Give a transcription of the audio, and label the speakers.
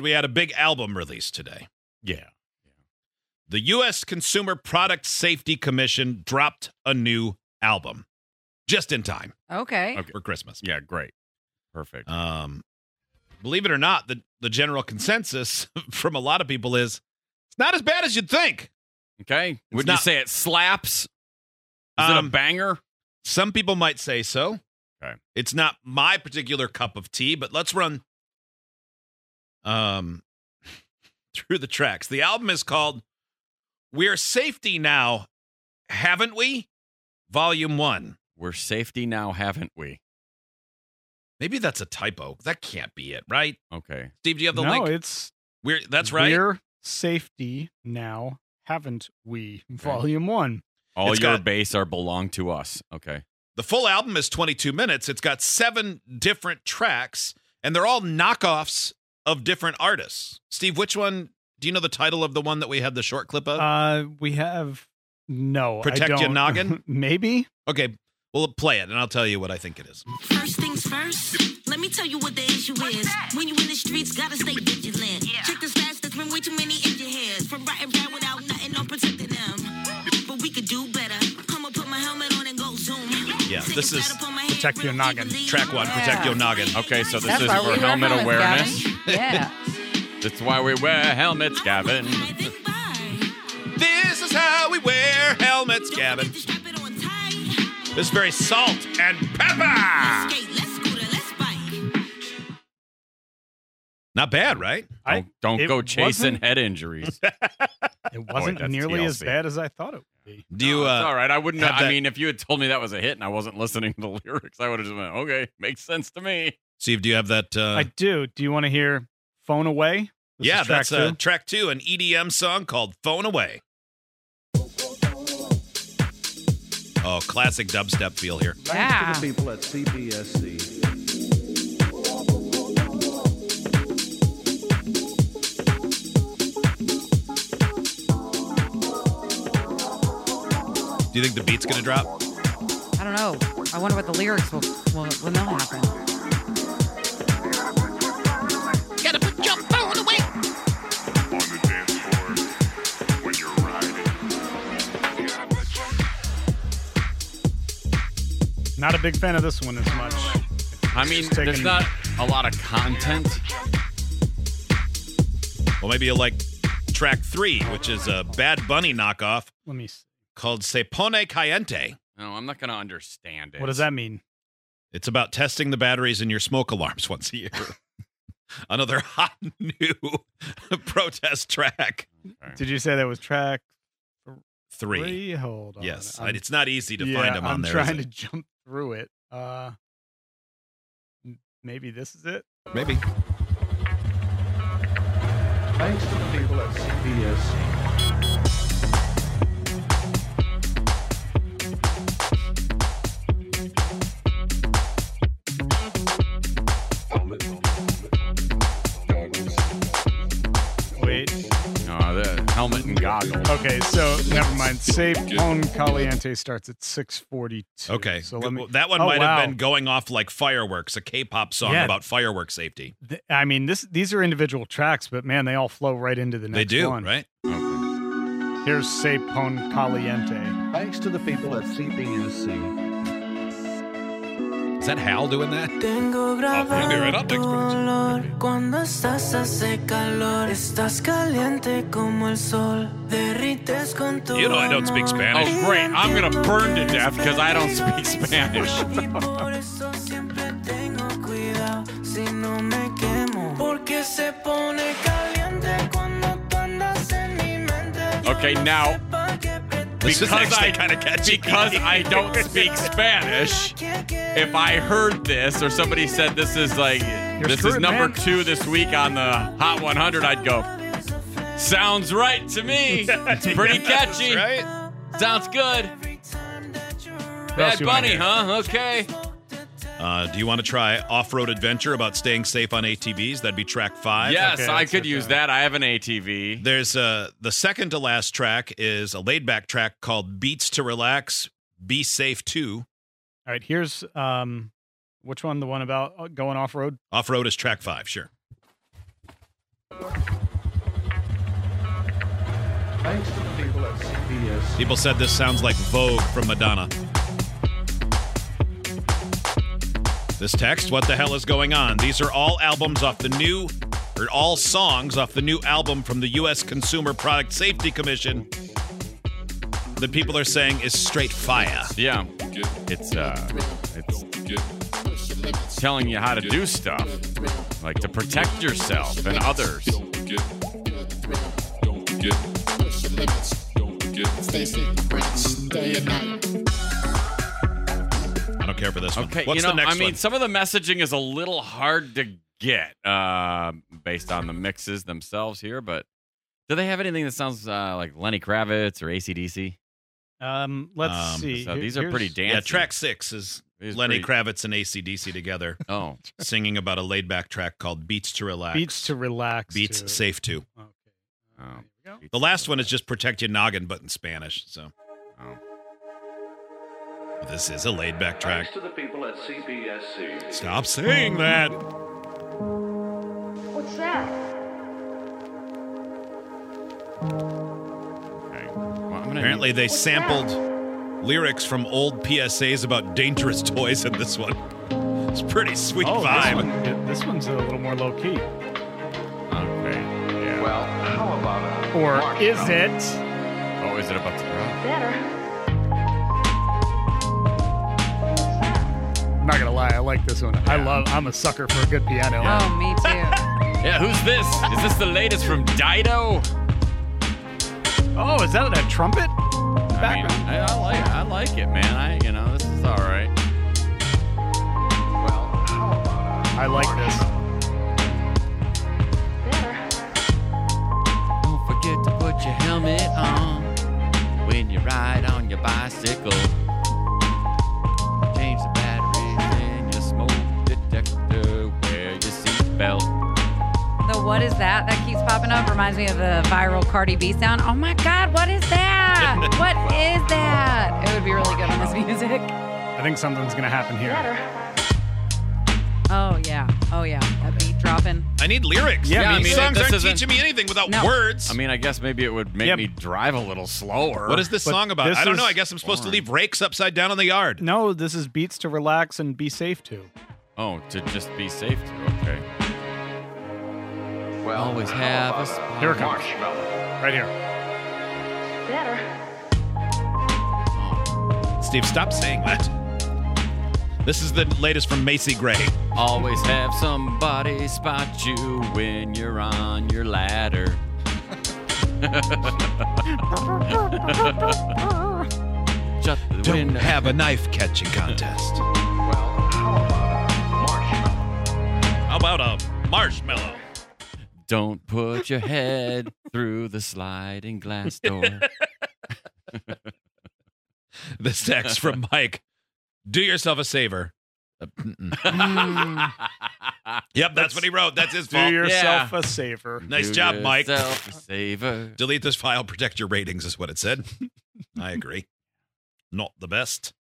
Speaker 1: We had a big album release today.
Speaker 2: Yeah.
Speaker 1: The U.S. Consumer Product Safety Commission dropped a new album just in time
Speaker 3: Okay.
Speaker 2: Okay.
Speaker 1: for Christmas.
Speaker 2: Yeah. Great. Perfect.
Speaker 1: Um, believe it or not, the, the general consensus from a lot of people is it's not as bad as you'd think.
Speaker 2: Uh, Okay. Would you
Speaker 1: not-
Speaker 2: say it slaps? Is it a
Speaker 1: Um,
Speaker 2: banger?
Speaker 1: Some people might say so.
Speaker 2: Okay.
Speaker 1: It's not my particular cup of tea, but let's run um through the tracks. The album is called We're Safety Now, Haven't We? Volume 1.
Speaker 2: We're safety now, haven't we?
Speaker 1: Maybe that's a typo. That can't be it, right?
Speaker 2: Okay.
Speaker 1: Steve, do you have the
Speaker 4: no,
Speaker 1: link?
Speaker 4: it's
Speaker 1: We're that's right.
Speaker 4: We're safety now, haven't we? Volume one.
Speaker 2: All
Speaker 1: It's
Speaker 2: your
Speaker 1: got-
Speaker 2: base are belong to us. Okay.
Speaker 1: The full album is 22 minutes. It's got 7 different tracks and they're all knockoffs of different artists. Steve, which one do you know the title of the one that we had the short clip of?
Speaker 4: Uh, we have no. I
Speaker 1: Oh. Protect your
Speaker 4: don't.
Speaker 1: noggin?
Speaker 4: Maybe.
Speaker 1: Okay, we'll play it and I'll tell you what I think it is.
Speaker 5: First things first, let me tell you what the issue is. When you in the streets, gotta stay vigilant. Check this fast, there's been way too many in your hands. From right and bad without nothing on protecting them. But we could do better. Come on, put my helmet on and go zoom.
Speaker 1: Yeah,
Speaker 5: Take
Speaker 1: this
Speaker 5: a
Speaker 1: is
Speaker 5: shot upon my head
Speaker 4: Protect your
Speaker 5: real
Speaker 4: noggin.
Speaker 5: easily.
Speaker 1: Track one, protect your noggin.
Speaker 2: Okay, so this
Speaker 3: That's
Speaker 2: is
Speaker 3: why
Speaker 2: for
Speaker 3: we wear
Speaker 2: helmet
Speaker 3: helmets,
Speaker 2: awareness.
Speaker 3: Gavin. yeah.
Speaker 2: That's why we wear helmets, Gavin.
Speaker 1: This is how we wear helmets, Gavin. This is very salt and pepper. Not bad, right?
Speaker 4: I
Speaker 2: Don't, don't
Speaker 4: it
Speaker 2: go chasing
Speaker 4: wasn't-
Speaker 2: head injuries. No,
Speaker 4: It wasn't
Speaker 2: that's
Speaker 4: nearly as
Speaker 2: TLC.
Speaker 4: bad as I thought it would be.
Speaker 1: Do you?
Speaker 2: it's all
Speaker 1: Uh,
Speaker 2: right. I wouldn't.
Speaker 1: have
Speaker 2: I
Speaker 1: that-
Speaker 2: mean, if you had told me that was a hit and I wasn't listening to the lyrics, I would have just went, "Okay, makes sense to me."
Speaker 1: Steve, do you have that? Uh,
Speaker 4: I do. Do you want to hear "Phone Away"? This
Speaker 1: yeah,
Speaker 4: is track
Speaker 1: that's
Speaker 4: two.
Speaker 1: uh, track two, an EDM song called "Phone Away." Oh, classic dubstep feel here.
Speaker 3: Yeah.
Speaker 6: Thanks to the people at CPSC.
Speaker 1: Do you think the beat's gonna drop?
Speaker 3: I don't know. I wonder what the lyrics will will when they'll happen.
Speaker 5: Gotta put your phone away.
Speaker 7: on the dance floor when you're riding.
Speaker 4: Not a big fan of this one as much.
Speaker 2: I mean,
Speaker 4: Just taking-
Speaker 2: there's not a lot of content.
Speaker 1: Well, maybe you'll like track three, which is a Bad Bunny knockoff
Speaker 4: Let me. See.
Speaker 1: called "Se Pone Caliente."
Speaker 2: No, I'm not going to understand it.
Speaker 4: What does that mean?
Speaker 1: It's about testing the batteries in your smoke alarms once a year. Another hot new protest track.
Speaker 4: Did you say that was track
Speaker 1: Three.
Speaker 4: three? Hold on.
Speaker 1: Yes.
Speaker 4: I'm-
Speaker 1: it's not easy to
Speaker 4: yeah,
Speaker 1: find them on
Speaker 4: I'm
Speaker 1: there. is
Speaker 4: trying to
Speaker 1: it?
Speaker 4: jump through it. Uh, m- maybe this is it.
Speaker 1: Maybe.
Speaker 6: Thanks to the people at CPSC.
Speaker 4: Wait.
Speaker 2: No, Uh, the helmet and goggles.
Speaker 4: Okay, so never mind. Safe on Caliente starts at 6:42.
Speaker 1: Okay.
Speaker 4: so let me.
Speaker 1: Well, that one
Speaker 4: Oh,
Speaker 1: might
Speaker 4: wow.
Speaker 1: have been going off like fireworks, a K pop song
Speaker 4: Yeah.
Speaker 1: about firework safety.
Speaker 4: Th- I mean, this these are individual tracks, but man, they all flow right into the next
Speaker 1: They do,
Speaker 4: one.
Speaker 1: right?
Speaker 2: Okay.
Speaker 4: Here's Se Pon Caliente.
Speaker 6: Thanks to the people at CPSC.
Speaker 1: Is that Hal doing that?
Speaker 8: Tengo grabado
Speaker 1: right up,
Speaker 8: tu
Speaker 1: next page.
Speaker 8: olor cuando estás hace calor. Estás caliente como el sol. Derrites con tu
Speaker 1: You know I don't speak
Speaker 8: amor.
Speaker 1: Spanish.
Speaker 2: Oh, great. I'm going to burn to death because I don't speak Spanish.
Speaker 8: Y por eso siempre tengo cuidado si no me quemo. Porque se pone caliente cuando tú andas en mi mente. Yo
Speaker 2: Okay,
Speaker 8: no
Speaker 2: now-
Speaker 8: sé pa' qué pretender
Speaker 1: This is
Speaker 2: Because
Speaker 1: actually
Speaker 2: I-
Speaker 1: kind of catchy.
Speaker 2: Because I don't speak Spanish.
Speaker 8: que quiero.
Speaker 2: If I heard this or somebody said this is like, this is
Speaker 4: screwed,
Speaker 2: number
Speaker 4: man.
Speaker 2: two this week on the Hot 100, I'd go, sounds right to me. It's pretty catchy.
Speaker 1: right?
Speaker 2: Sounds good.
Speaker 4: else
Speaker 2: Bad
Speaker 4: you wanna
Speaker 2: Bunny,
Speaker 4: hear?
Speaker 2: huh? Okay.
Speaker 1: Uh, do you want to try off road adventure about staying safe on ATVs? That'd be track five.
Speaker 2: Yes,
Speaker 4: okay,
Speaker 2: I
Speaker 4: that's
Speaker 2: could
Speaker 4: okay.
Speaker 2: use that. I have an ATV.
Speaker 1: There's uh the second to last track is a laid back track called Beats to Relax, Be Safe 2.
Speaker 4: All right, here's um, which one? The one about uh, going off road.
Speaker 1: Off road is track five, sure.
Speaker 6: Thanks to the people at CBS.
Speaker 1: People said this sounds like Vogue from Madonna. This text, what the hell is going on? These are all albums off the new, or all songs off the new album from the U.S. Consumer Product Safety Commission that people are saying is straight fire.
Speaker 2: Yeah. It's uh it's telling you how to do stuff. Like to protect yourself and others.
Speaker 1: I don't care for this one.
Speaker 2: Okay,
Speaker 1: What's
Speaker 2: you know,
Speaker 1: the next
Speaker 2: I mean,
Speaker 1: one?
Speaker 2: some of the messaging is a little hard to get uh, based on the mixes themselves here, but do they have anything that sounds uh, like Lenny Kravitz or ACDC?
Speaker 4: Um, let's
Speaker 1: Um,
Speaker 4: see.
Speaker 2: So
Speaker 4: Here-
Speaker 2: these are pretty
Speaker 4: here's-
Speaker 2: dancing.
Speaker 1: yeah, track six is
Speaker 2: These are
Speaker 1: Lenny
Speaker 2: pretty-
Speaker 1: Kravitz and ACDC together
Speaker 2: Oh,
Speaker 1: singing about a laid back track called Beats to Relax.
Speaker 4: Beats to relax.
Speaker 1: Beats
Speaker 4: to.
Speaker 1: Safe to.
Speaker 4: Okay.
Speaker 2: Oh.
Speaker 4: There we go.
Speaker 1: The last one is just Protect Your Noggin, but in Spanish. So
Speaker 2: Oh.
Speaker 1: this is a laid back track.
Speaker 6: Thanks to the people at CBSC.
Speaker 1: Stop saying that.
Speaker 9: What's that?
Speaker 2: okay. Well, I'm gonna
Speaker 1: Apparently, they sampled lyrics from old PSAs about dangerous toys in this one. It's pretty sweet
Speaker 4: Oh, this,
Speaker 1: vibe.
Speaker 4: one, this one's a little more low key.
Speaker 2: need- Okay. Yeah.
Speaker 6: Well, how about a
Speaker 4: Or
Speaker 6: marshmallow?
Speaker 4: is it?
Speaker 2: oh, is it about to drop?
Speaker 9: Better.
Speaker 4: I'm not gonna lie, I like this one. I love. I'm a sucker for a good piano.
Speaker 3: Oh, me too.
Speaker 2: Yeah. Who's this? Is this the latest from Dido?
Speaker 4: Oh, is that a trumpet?
Speaker 2: I, mean,
Speaker 4: Background.
Speaker 2: I, I like. I like it, man. I, you know, this is all right.
Speaker 6: Well, how about a
Speaker 4: I like this.
Speaker 9: Better.
Speaker 2: Don't forget to put your helmet on when you ride on your bicycle. Change the batteries in your smoke detector. Wear your seatbelt.
Speaker 3: The what is that that keeps popping up reminds me of the viral Cardi B sound. Oh my God, what is that? What is that? It would be really good on this music.
Speaker 4: I think something's gonna happen here.
Speaker 9: Better.
Speaker 3: Oh yeah, oh yeah, that beat dropping.
Speaker 1: I need lyrics.
Speaker 4: Yeah, Yeah, I
Speaker 1: These
Speaker 4: mean,
Speaker 1: songs
Speaker 2: this
Speaker 1: aren't
Speaker 2: isn't-
Speaker 1: teaching me anything without
Speaker 3: No.
Speaker 1: words.
Speaker 2: I mean, I guess maybe it would make
Speaker 4: Yeah,
Speaker 2: me drive a little slower.
Speaker 1: what is this
Speaker 4: But
Speaker 1: song about?
Speaker 4: this
Speaker 1: I don't
Speaker 4: is
Speaker 1: know. I guess I'm supposed to
Speaker 2: boring.
Speaker 1: leave rakes upside down in the yard.
Speaker 4: No, this is beats to relax and be safe to.
Speaker 2: Oh, to just be safe. To. Okay.
Speaker 6: well,
Speaker 2: Always
Speaker 6: how
Speaker 2: have
Speaker 6: about
Speaker 2: a spot.
Speaker 4: Here it comes.
Speaker 6: marshmallow?
Speaker 4: Right here.
Speaker 9: Better.
Speaker 1: Steve, stop saying that. This is the latest from Macy Gray.
Speaker 2: Always have somebody spot you when you're on your ladder. Shut the window.
Speaker 1: have a knife catching contest.
Speaker 6: Well, how about a marshmallow?
Speaker 1: How about a marshmallow?
Speaker 2: Don't put your head through the sliding glass door.
Speaker 1: This text from Mike. Do yourself a savor. Uh, mm-mm. yep, that's what he wrote. That's his
Speaker 4: Do
Speaker 1: fault.
Speaker 4: yourself a saver.
Speaker 1: nice
Speaker 2: Do
Speaker 1: job, Mike.
Speaker 2: yourself a Savor.
Speaker 1: Delete this file, protect your ratings, is what it said. I agree. Not the best.